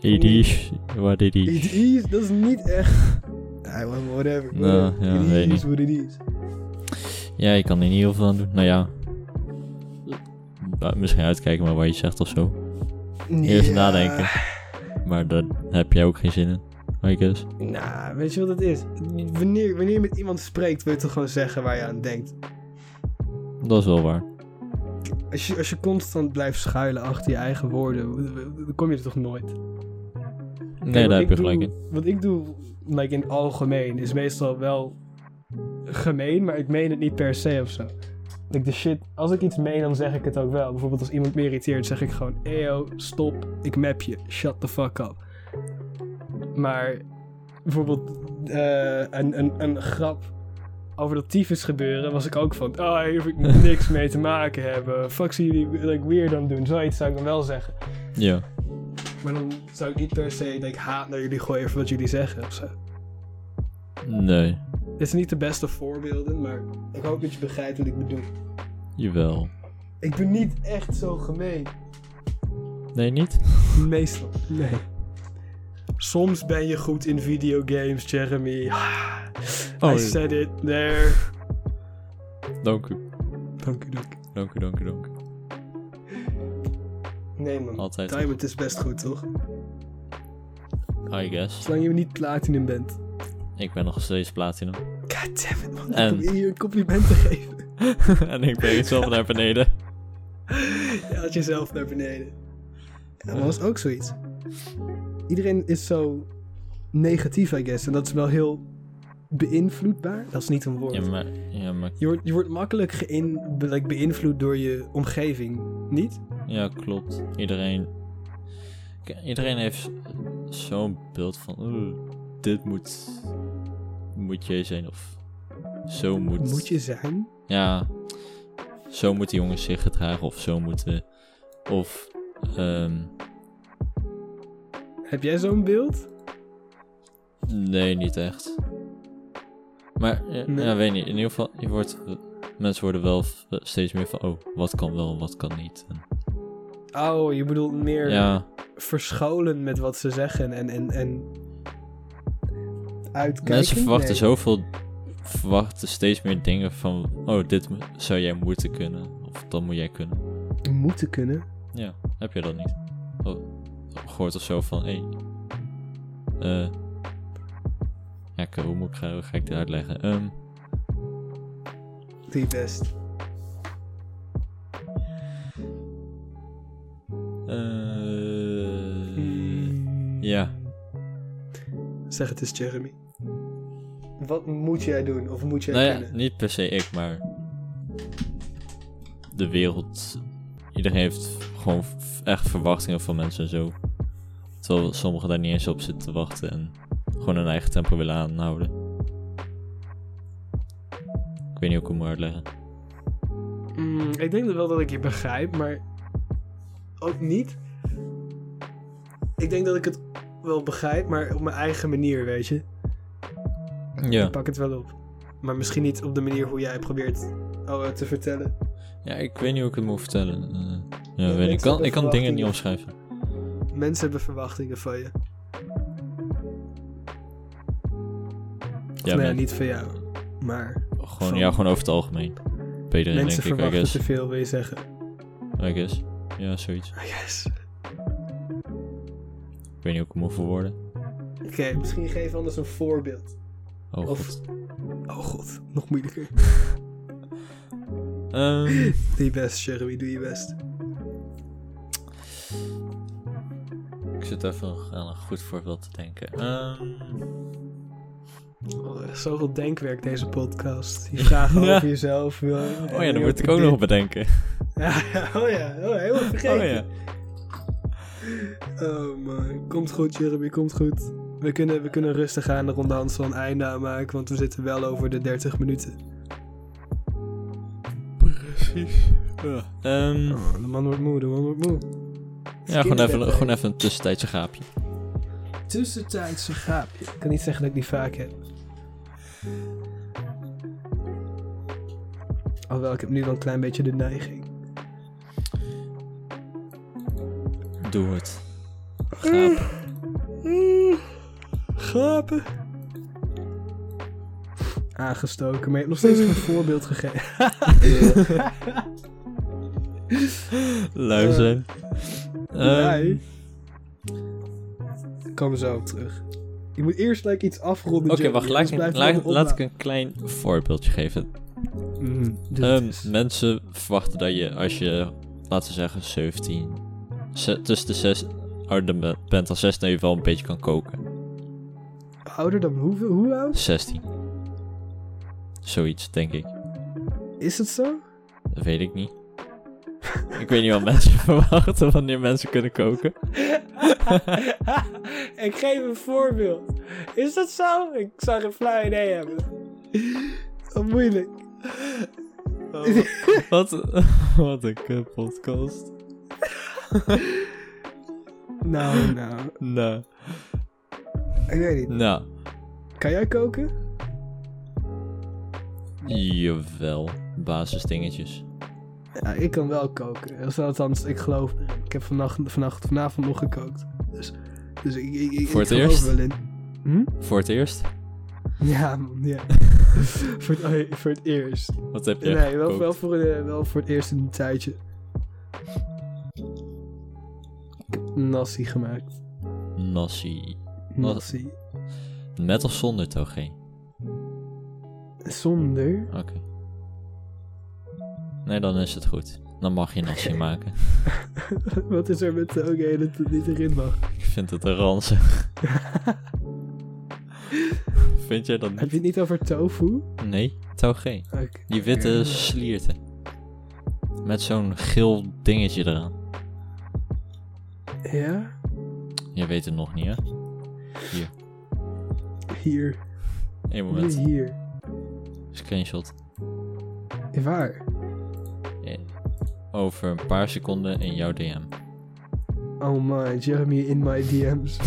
Idish. Wat
It
idish.
is, dat is niet echt. Ah, well, whatever.
Nou,
whatever.
ja,
it
weet
is
niet.
what it is.
Ja, je kan er niet heel veel aan doen. Nou ja. Nou, Misschien uitkijken maar wat je zegt of zo. Eerst
Ja.
nadenken. Maar daar heb jij ook geen zin in. I guess.
Nou, weet je wat het is? Wanneer, wanneer je met iemand spreekt, wil je toch gewoon zeggen waar je aan denkt.
Dat is wel waar.
Als je, als je constant blijft schuilen achter je eigen woorden, dan kom je er toch nooit.
Nee,
Kijk,
daar
wat
heb je
ik
gelijk
doe-
in.
Wat ik doe, like in het algemeen, is meestal wel gemeen, maar ik meen het niet per se of zo. Like de shit, als ik iets meen, dan zeg ik het ook wel. Bijvoorbeeld als iemand me irriteert, zeg ik gewoon, eyo, stop, ik map je, shut the fuck up. Maar bijvoorbeeld eh, een, een, een grap over dat tyfus gebeuren, was ik ook van, ah, hier hoef ik niks mee te maken hebben. Fuck zien jullie like, weird aan doen, zoiets zou ik dan wel zeggen.
Ja.
Maar dan zou ik niet per se like, haat naar jullie gooien voor wat jullie zeggen of zo.
Nee.
Dit is niet de beste voorbeelden, maar ik hoop dat je begrijpt wat ik bedoel.
Jawel.
Ik ben niet echt zo gemeen.
Nee, niet?
Meestal. Nee. Soms ben je goed in videogames, Jeremy. Ah,
Oh,
I said it there.
dank u.
Dank u, dank u.
Dank u, dank u, dank u.
Nee man,
Altijd.
Time het is best goed toch?
I guess.
Zolang je niet platinum bent.
Ik ben nog steeds platinum. <laughs>
God damn it man, ik
En-
probeer je een compliment te geven.
en ik breng het zelf naar beneden.
<laughs> Je haalt jezelf naar beneden. Ja, dat was ook zoiets. Iedereen is zo negatief, I guess. En dat is wel heel beïnvloedbaar. Dat is niet een woord.
Ja, maar... Ja, maar...
Je, wordt, je wordt makkelijk geïn, be- like, beïnvloed door je omgeving, niet?
Ja, klopt. Iedereen... K- Iedereen heeft zo'n beeld van... "Oeh, dit moet... Moet jij zijn of... Zo moet...
Moet je zijn?
Ja. Zo moeten jongens zich gedragen of zo moeten... Of... ehm,
Heb jij zo'n beeld?
Nee, niet echt. Maar, eh,
Nee.
ja, weet niet. In ieder geval, je wordt, mensen worden wel v- steeds meer van... Oh, wat kan wel en wat kan niet. En-
Oh, je bedoelt meer
ja,
verscholen met wat ze zeggen en, en, en uitkijken?
mensen verwachten
Nee.
zoveel... Verwachten steeds meer dingen van... Oh, dit mo- zou jij moeten kunnen. Of dat moet jij kunnen.
Moeten kunnen.
Ja, heb je dat niet? Oh, gehoord of zo van... Hé... eh ja, oké, hoe, moet ik, ga- hoe ga ik dit uitleggen? Ehm,
Doe je best.
eh, Ja.
Hmm. Zeg het eens, Jeremy. Wat moet jij doen of moet jij
Nou ja,
kunnen?
niet per se ik, maar de wereld. Iedereen heeft gewoon v- echt verwachtingen van mensen en zo. Terwijl sommigen daar niet eens op zitten te wachten en gewoon hun eigen tempo willen aanhouden. Ik weet niet hoe ik het moet uitleggen.
Mm, ik denk wel dat ik je begrijp, maar ook niet. Ik denk dat ik het wel begrijp, maar op mijn eigen manier, weet je.
Ja.
Ik pak het wel op. Maar misschien niet op de manier hoe jij probeert oh, eh, te vertellen.
ja, ik weet niet hoe ik het moet vertellen. Eh, ja,
Ja,
weet ik.
mensen
ik kan,
hebben
ik kan dingen niet
verwachtingen.
omschrijven.
Mensen hebben verwachtingen van je. Nou Of
Ja,
nou ja,
men-
niet van jou. Maar
gewoon,
van-
ja, gewoon over het algemeen. Bij iedereen
mensen
denk ik, I
verwachten
guess.
te veel, wil je zeggen. Ah,
I guess. Ja, zoiets. Ik
Yes.
weet niet hoe ik het moet verwoorden.
Oké, misschien geef anders een voorbeeld.
Oh,
Of-
god.
Oh god, nog moeilijker.
Ehm, <laughs>
Doe je best, Jeremy, doe je best.
Ik zit even aan een goed voorbeeld te denken. Ehm,
Oh, er is Zoveel denkwerk deze podcast. <laughs> Die vragen
Ja.
over jezelf. wil-
oh
en
ja,
je
dan moet ik ook
dit.
nog bedenken.
<laughs> Ja, oh ja, oh, helemaal vergeten.
Oh ja.
Oh man, komt goed Jeremy, komt goed. We kunnen, we kunnen rustig aan de ronde Hans van einde aanmaken, want we zitten wel over de 30 minuten.
Precies. Ehm,
Oh, de man wordt moe, de man wordt moe.
ja, gewoon even, gewoon even een tussentijdse gaapje.
Tussentijdse gaapje. Ik kan niet zeggen dat ik die vaak heb. Alhoewel, ik heb nu wel een klein beetje de neiging.
Doe
<laughs>
het. Gaap.
Mm, Gapen. Aangestoken, maar je hebt nog steeds geen <laughs> voorbeeld gegeven.
Lui zijn. Ehm,
<laughs> Eh. Nee. Ik Kom zo op terug. Je moet eerst like, iets afronden.
Oké,
Jeremy,
wacht. Laat, ik
anders
een-
blijft het
laat,
allemaal
laat ik een klein voorbeeldje geven.
opbouwen. Mm, doe het
Ehm,
eens.
mensen verwachten dat je als je, laten we zeggen, 17, ze- tussen de 6 ouder ben- bent dan 16, dat je wel een beetje kan koken.
Ouder dan hoeveel? Hoe oud?
16. Zoiets, denk ik.
Is het zo?
Dat weet ik niet. ik weet niet wat <laughs> mensen verwachten wanneer mensen kunnen
<laughs>
koken.
<laughs> ik geef een voorbeeld. Is dat zo? Ik zou geen flauw idee hebben. Wat moeilijk.
Wat, <laughs> wat een kut podcast.
Nou, nou.
Nou.
Ik weet niet.
Nou,
Kan jij koken?
jawel. Basisdingetjes.
Ja, ik kan wel koken. Althans, ik geloof. Ik heb vannacht, vannacht, vanavond nog gekookt. Dus Dus ik, ik, ik,
Voor
ik
het
geloof
eerst?
er wel in. Hm?
Voor het eerst?
Ja, man, ja. <laughs> voor, het, oh, voor het eerst.
Wat heb je
nee, wel,
gekookt?
wel, voor, de- wel voor het eerst in een tijdje. Ik heb Nasi gemaakt.
Nasi. Wat?
Nasi.
Met of zonder togen?
Zonder. <laughs>
Oké. Nee, dan is het goed. Dan mag
<laughs>
je nasi maken.
Wat is er met. Oké, dat het niet erin mag.
Ik vind het een ranzen. vind jij
Heb
dat niet?
je het niet over tofu?
Nee, togen.
Oké.
Die witte slierten. Met zo'n geel dingetje eraan.
Ja?
Je weet het nog niet, hè?
Hier.
Eén
Hier,
moment.
hier.
Screenshot.
Waar?
Eh, Over een paar seconden in jouw DM.
Oh my, Jeremy in my
<laughs>
DM's.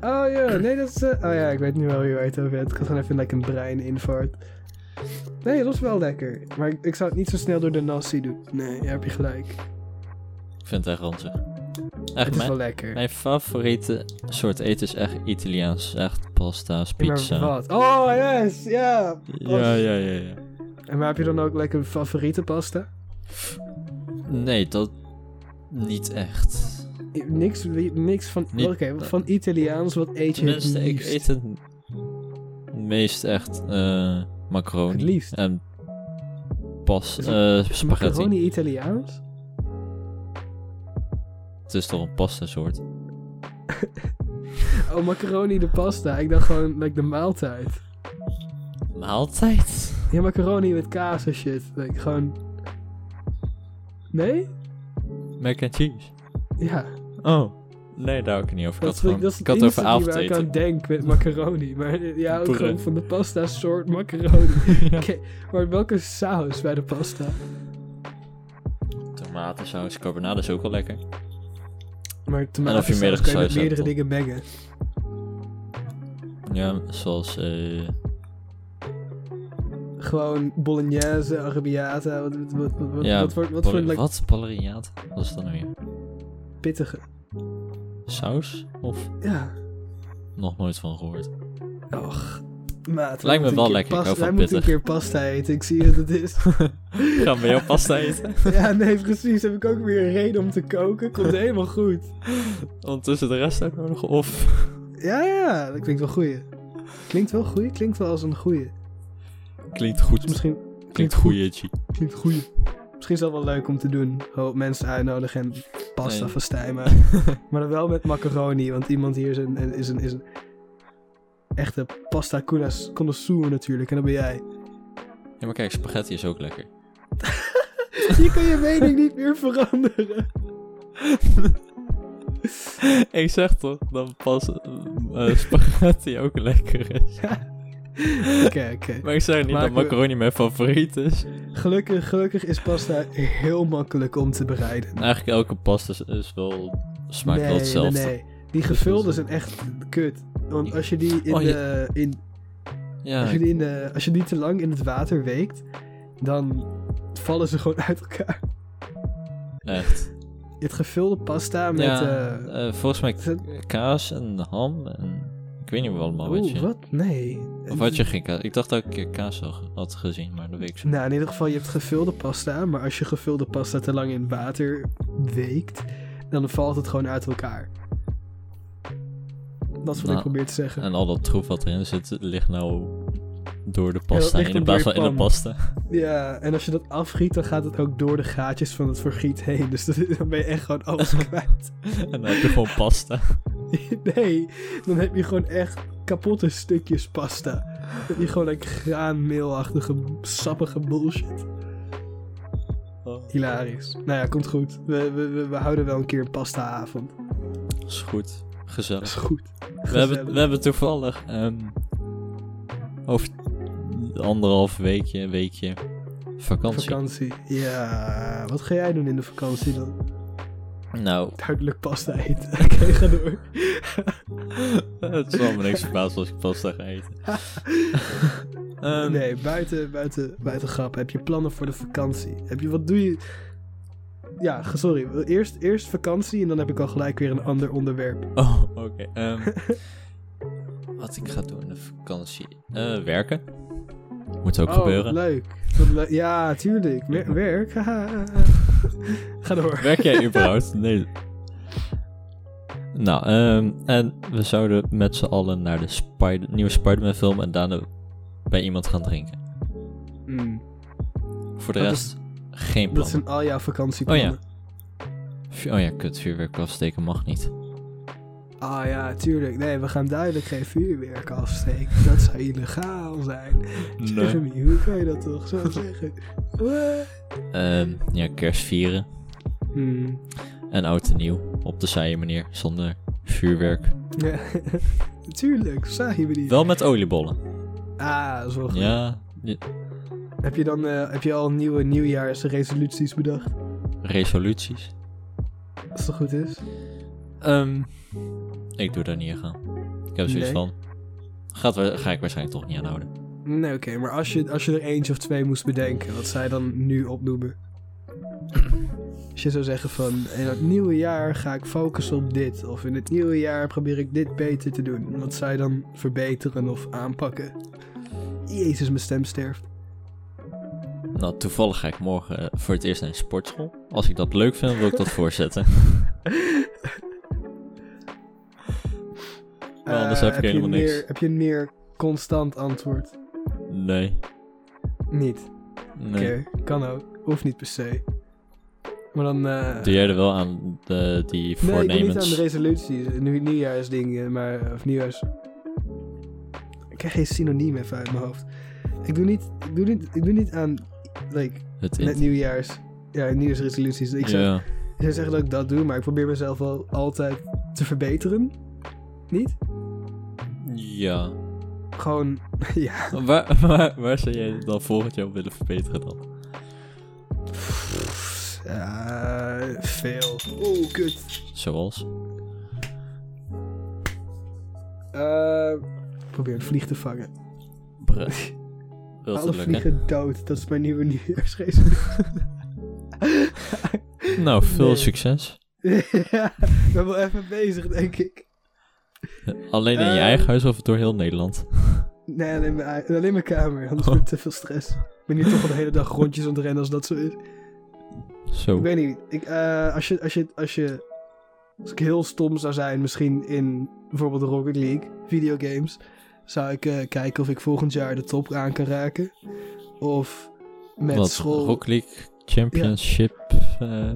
oh ja, nee, dat is. eh, oh ja, ik weet nu wel wie waar je het over hebt. Ik had gewoon even like, een breininfarct. Nee, dat was wel lekker. Maar ik, ik zou het niet zo snel door de nasi doen. Nee, daar heb je gelijk.
Ik vind het echt ranzig.
het
Echt,
is wel
mijn,
lekker.
mijn favoriete soort eten is echt Italiaans. Echt pasta's,
Ja,
pizza.
Maar wat? Oh yes, ja.
Ja, ja, ja, ja.
En maar heb je dan ook lekker een favoriete pasta?
Nee, dat niet echt.
I- Niks, li- niks van.
Niet-
Oké, van Italiaans, wat eet je het
Tenminste, ik
liefst?
eet het meest echt eh macaroni.
Het liefst?
En pas
Is
eh spaghetti.
Macaroni Italiaans?
Het is toch een pasta soort.
Oh, macaroni de pasta. Ik dacht gewoon, like, de maaltijd.
Maaltijd?
Ja, macaroni met kaas en shit. Like, gewoon... Nee?
Mac and cheese.
Ja.
Oh. Nee, daar ook niet over.
Dat
Ik had,
is,
gewoon,
dat is het
ik had
enige
over
die waar ik
avondeten.
aan denk met macaroni. Maar eh, ja, ook
Puree.
gewoon van de pasta soort macaroni. <laughs>
<laughs> Ja.
Oké, maar welke saus bij de pasta?
Tomatensaus, carbonade is ook wel lekker.
Maar
En of je
tomatensaus
meerdere
kan je met
saus hebt,
meerdere
toch?
dingen mengen.
Ja, zoals... eh
Gewoon bolognese, arrabbiata, wat, wat, wat, wat,
ja,
wat, voor- wat
bal-
voor like,
Wat? Balleriaat? Wat is dat nou weer?
pittige.
Saus? Of
Ja.
nog nooit van gehoord?
Och, maat. we
Lijkt me
moeten een
wel
keer
lekker, ik
pas-
hou van
Wij moeten een
pittig.
keer pasta eten, ik zie het, het is.
Gaan we jouw pasta eten?
<laughs> ja, nee, precies. Heb ik ook weer een reden om te koken. Komt helemaal goed.
Ondertussen de rest ook nodig? Of...
Ja, ja, dat klinkt wel goeie. Klinkt wel goeie, klinkt wel als een goeie.
Klinkt goed.
Dus misschien
Klinkt goeietje.
klinkt goeie. Misschien is dat wel leuk om te doen. Gewoon mensen uitnodigen en pasta
Nee.
van Stijma. <laughs> maar dan wel met macaroni, want iemand hier is een, een- is een, is een echte pasta connois- connoisseur natuurlijk. En dat ben <laughs> jij.
Ja, maar kijk, spaghetti is ook lekker.
je kan je mening niet meer veranderen.
<laughs> Ik zeg toch dat pas eh, spaghetti ook lekker is.
Oké, oké.
Maar ik zeg niet
Maken we-
dat macaroni mijn favoriet is.
Gelukkig, gelukkig is pasta heel makkelijk om te bereiden.
Eigenlijk elke pasta is, is wel... Smaakt wel hetzelfde.
Nee, nee. Die gevulden zijn echt kut. Want als je die in
Oh, je-
de. In, als, <laughs>
Ja,
je die in de als je die te lang in het water weekt, dan vallen ze gewoon <laughs> uit elkaar.
echt.
Het gevulde pasta met.
ja,
eh,
eh, volgens mij
is het-
kaas en ham en... Ik weet niet wat allemaal, weet
Oeh,
je.
wat? Nee.
Of had je geen kaas? Ik dacht dat ik een keer kaas had- had gezien, maar dat weet ik zo.
Nou, in ieder geval, je hebt gevulde pasta. Maar als je gevulde pasta te lang in water weekt, dan valt het gewoon uit elkaar. Dat is wat
Nou,
ik probeer te zeggen.
En al dat troep wat erin zit, ligt nou door de pasta
ligt
heen
dan door
in plaats
je
van in de
pan.
pasta. <laughs>
Ja, en als je dat afgiet, dan gaat het ook door de gaatjes van het vergiet heen. Dus dat- dan ben je echt gewoon alles kwijt.
En dan heb je gewoon pasta.
Nee, dan heb je gewoon echt kapotte stukjes pasta. Dan heb je gewoon een graanmeelachtige, sappige bullshit. Hilarisch. Nou ja, komt goed. We, we, we, we houden wel een keer een pastaavond.
Is goed.
Dat
Gezellig.
is goed.
We hebben, we hebben toevallig ehm, over anderhalf weekje, weekje vakantie.
Vakantie. Ja, wat ga jij doen in de vakantie dan?
Nou, <laughs>
Duidelijk pasta eten. Oké, ga door.
het zal me niks verbazen als ik pasta ga eten. Ehm,
nee, buiten, buiten, buiten grap. Heb je plannen voor de vakantie? Heb je, wat doe je? ja, ge- sorry. Eerst, eerst vakantie en dan heb ik al gelijk weer een ander onderwerp.
Oh, oké. ehm, wat ik ga doen in de vakantie? Eh, werken. Moet ook
oh,
gebeuren. Mm-hmm.
leuk. Wat le- ja, tuurlijk. Mer- werk. <laughs> haha. Ga door.
Werk jij überhaupt? Nee. Nou, ehm, en we zouden met z'n allen naar de Spider- nieuwe Spider-Man film en daarna bij iemand gaan drinken.
Mm,
Voor de
Dat
rest, geen plan.
dat zijn al jouw vakantieplannen.
Oh Vu- Oh ja, kut, vuurwerk afsteken mag niet.
Ah ja, tuurlijk. Nee, we gaan duidelijk geen vuurwerk afsteken. Dat zou illegaal zijn. Jeremy, hoe kan je dat toch zo
<laughs>
zeggen? Wat?
Ehm, ja, kerst vieren
Hmm.
en oud en nieuw. Op de saaie manier, zonder vuurwerk.
Ja, <laughs> tuurlijk. Zag je me niet?
Wel met oliebollen.
Ah, dat is wel goed.
Ja, je-
Heb je dan eh, heb je al nieuwe nieuwjaarsresoluties bedacht?
resoluties.
Als het goed is.
Ehm, ik doe daar niet aan. Ik heb zoiets
Nee.
van. Gaat, wa- ga ik waarschijnlijk toch niet aanhouden.
Nee, oké. maar als je, als je er eentje of twee moest bedenken, wat zou je dan nu opnoemen? Als je zou zeggen van, in het nieuwe jaar ga ik focussen op dit. Of in het nieuwe jaar probeer ik dit beter te doen. Wat zou je dan verbeteren of aanpakken? Jezus, mijn stem sterft.
Nou, toevallig ga ik morgen eh, voor het eerst naar een sportschool. Als ik dat leuk vind, wil
<laughs>
ik dat voorzetten. Maar
Eh,
anders heb ik
je
helemaal
een
niks.
Meer, heb je een meer constant antwoord?
Nee.
Niet.
nee.
Oké, kan ook. Hoeft niet per se. Maar dan... eh,
Doe jij er wel aan de, die
Nee, ik ben niet
voornemens?
aan de resoluties. Nu, nieuwjaarsdingen, maar... eh, Of nieuwjaars... Ik krijg geen synoniem even uit mijn hoofd. Ik doe niet, ik doe niet, ik doe niet aan... Like,
het
net nieuwjaars... Ja, nieuwjaarsresoluties. Ik zou,
ja.
ik zou zeggen dat ik dat doe, maar ik probeer mezelf wel altijd te verbeteren. Niet?
ja.
Gewoon... ja,
Waar, <laughs> waar, waar zou jij dan volgend jaar op willen verbeteren dan?
pff, eh, veel. Oeh, kut.
Zoals?
Eh, ik probeer een vlieg te vangen.
Bruh.
Alle
Wil het lukken?
vliegen dood. Dat is mijn nieuwe <laughs> nieuwjaarsresolutie.
Nou, veel
Nee.
succes.
ja, ik ben wel even bezig, denk ik.
Alleen in je
Eh.
eigen huis of door heel Nederland?
Nee, alleen mijn, alleen mijn kamer. Anders wordt het te veel stress. Ik ben hier toch al de hele dag rondjes aan het rennen als dat zo is. Ik
Zo.
weet niet. Ik, eh, als, je, als, je, als je... Als ik heel stom zou zijn, misschien in bijvoorbeeld de Rocket League, videogames... zou ik eh, kijken of ik volgend jaar de top aan kan raken. Of met
Wat?
school...
Rock League Championship. eh,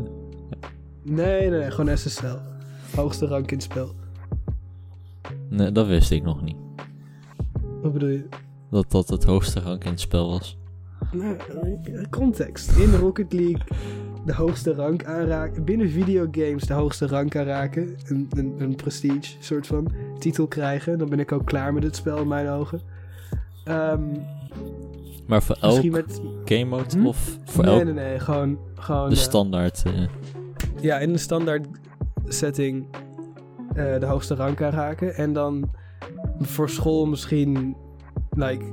Nee, nee, nee, gewoon SSL. Hoogste rank in het spel.
nee, dat wist ik nog niet.
Wat bedoel je?
Dat dat het hoogste rank in het spel was.
Nou, eh, context. In Rocket League de hoogste rank aanraken. Binnen videogames de hoogste rank aanraken. Een, een, een prestige soort van titel krijgen. Dan ben ik ook klaar met het spel in mijn ogen. Ehm,
Maar voor elk
misschien met...
game mode
Hm?
of voor
Nee,
elk
nee, nee. Gewoon... gewoon
de
eh,
standaard? eh,
ja, in de standaard setting eh, de hoogste rank aanraken. En dan voor school misschien like,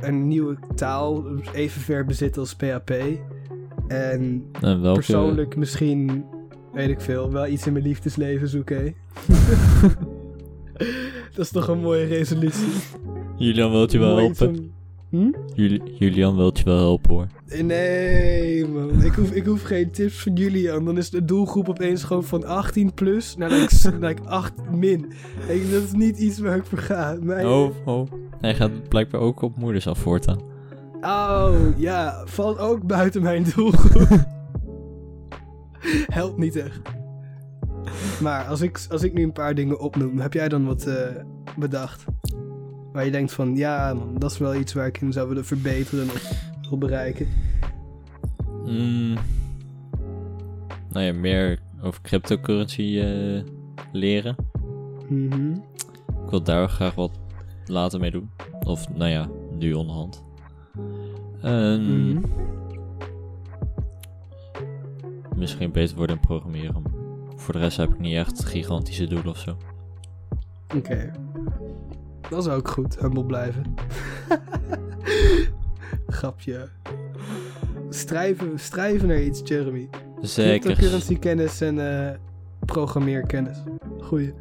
een nieuwe taal even ver bezitten als PHP. En
en welke?
persoonlijk misschien, weet ik veel, wel iets in mijn liefdesleven zoeken.
<laughs>
hè? Dat is toch een mooie resolutie.
Julian wilt je wel
Mooi iets
helpen?
om- Hm?
Juli- Julian wilt je wel helpen hoor.
Nee, man. Ik hoef, ik hoef geen tips van jullie aan. Dan is de doelgroep opeens gewoon van 18 plus naar like, s- <laughs> naar like 8 min. Ik, dat is niet iets waar ik voor ga. Mijn-
Oh, oh. Hij gaat blijkbaar ook op moeders af voortaan.
Oh, ja. Valt ook buiten mijn doelgroep. <laughs> Helpt niet echt. Maar als ik, als ik nu een paar dingen opnoem, heb jij dan wat eh, bedacht? Waar je denkt van, ja man, dat is wel iets waar ik in zou willen verbeteren of wil bereiken.
Mm. Nou ja, meer over cryptocurrency eh, leren.
Mhm.
Ik wil daar graag wat later mee doen. Of nou ja, nu onderhand. Ehm,
Mhm.
Misschien beter worden in programmeren. Voor de rest heb ik niet echt gigantische doelen of zo.
Oké. Dat is ook goed, humble blijven. Grapje. Strijven, strijven naar iets, Jeremy.
Zeker.
Cryptocurrency kennis en eh, programmeerkennis. Goeie.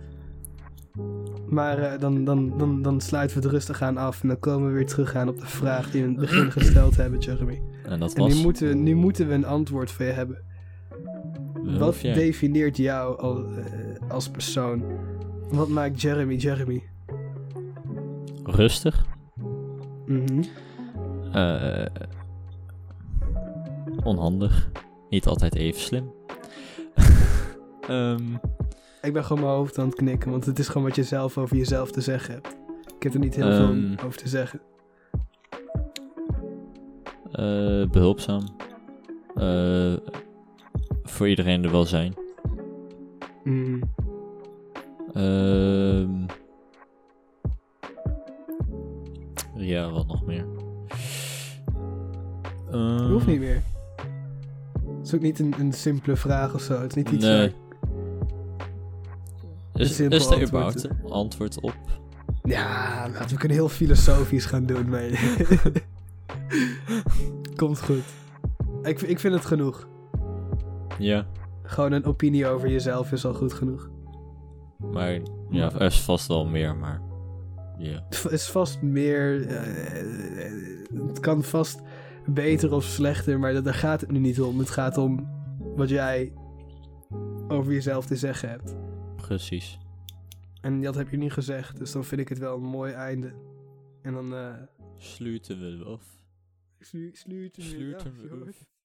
Maar eh, dan, dan, dan, dan sluiten we het rustig aan af. En dan komen we weer terug aan op de vraag die we in het
<laughs>
begin gesteld hebben, Jeremy.
En dat
En nu
was.
moeten, we, nu moeten we een antwoord voor je hebben.
eh,
Wat
hoef jij.
defineert jou al, eh, als persoon? Wat maakt Jeremy Jeremy?
Rustig.
Mhm.
Eh, onhandig. Niet altijd even
<laughs>
slim. Ehm,
Ik ben gewoon mijn hoofd aan het knikken, want het is gewoon wat je zelf over jezelf te zeggen hebt. Ik heb er niet heel
Ehm.
veel over te zeggen.
eh, behulpzaam. Eh, voor iedereen er wel zijn.
Mhm.
Ehm. ja, wat nog meer?
Dat
Ehm,
hoeft niet meer. Het is ook niet een, een simpele vraag of zo. Het is niet iets
Nee.
waar-
Is,
simpel
is er
antwoord.
überhaupt een antwoord op?
Ja, laten we kunnen heel filosofisch gaan doen, maar... <laughs> Komt goed. Ik, ik vind het genoeg.
Ja,
Gewoon een opinie over jezelf is al goed genoeg.
maar ja, er is vast wel meer, maar ja.
Het is vast meer... eh, het kan vast beter of slechter, maar dat, daar gaat het nu niet om. Het gaat om wat jij over jezelf te zeggen hebt.
Precies.
En dat heb je niet gezegd, dus dan vind ik het wel een mooi einde. En dan... eh,
Sluiten we af.
Slu- sluiten we af,
Sluiten we eh,
jongen.
af.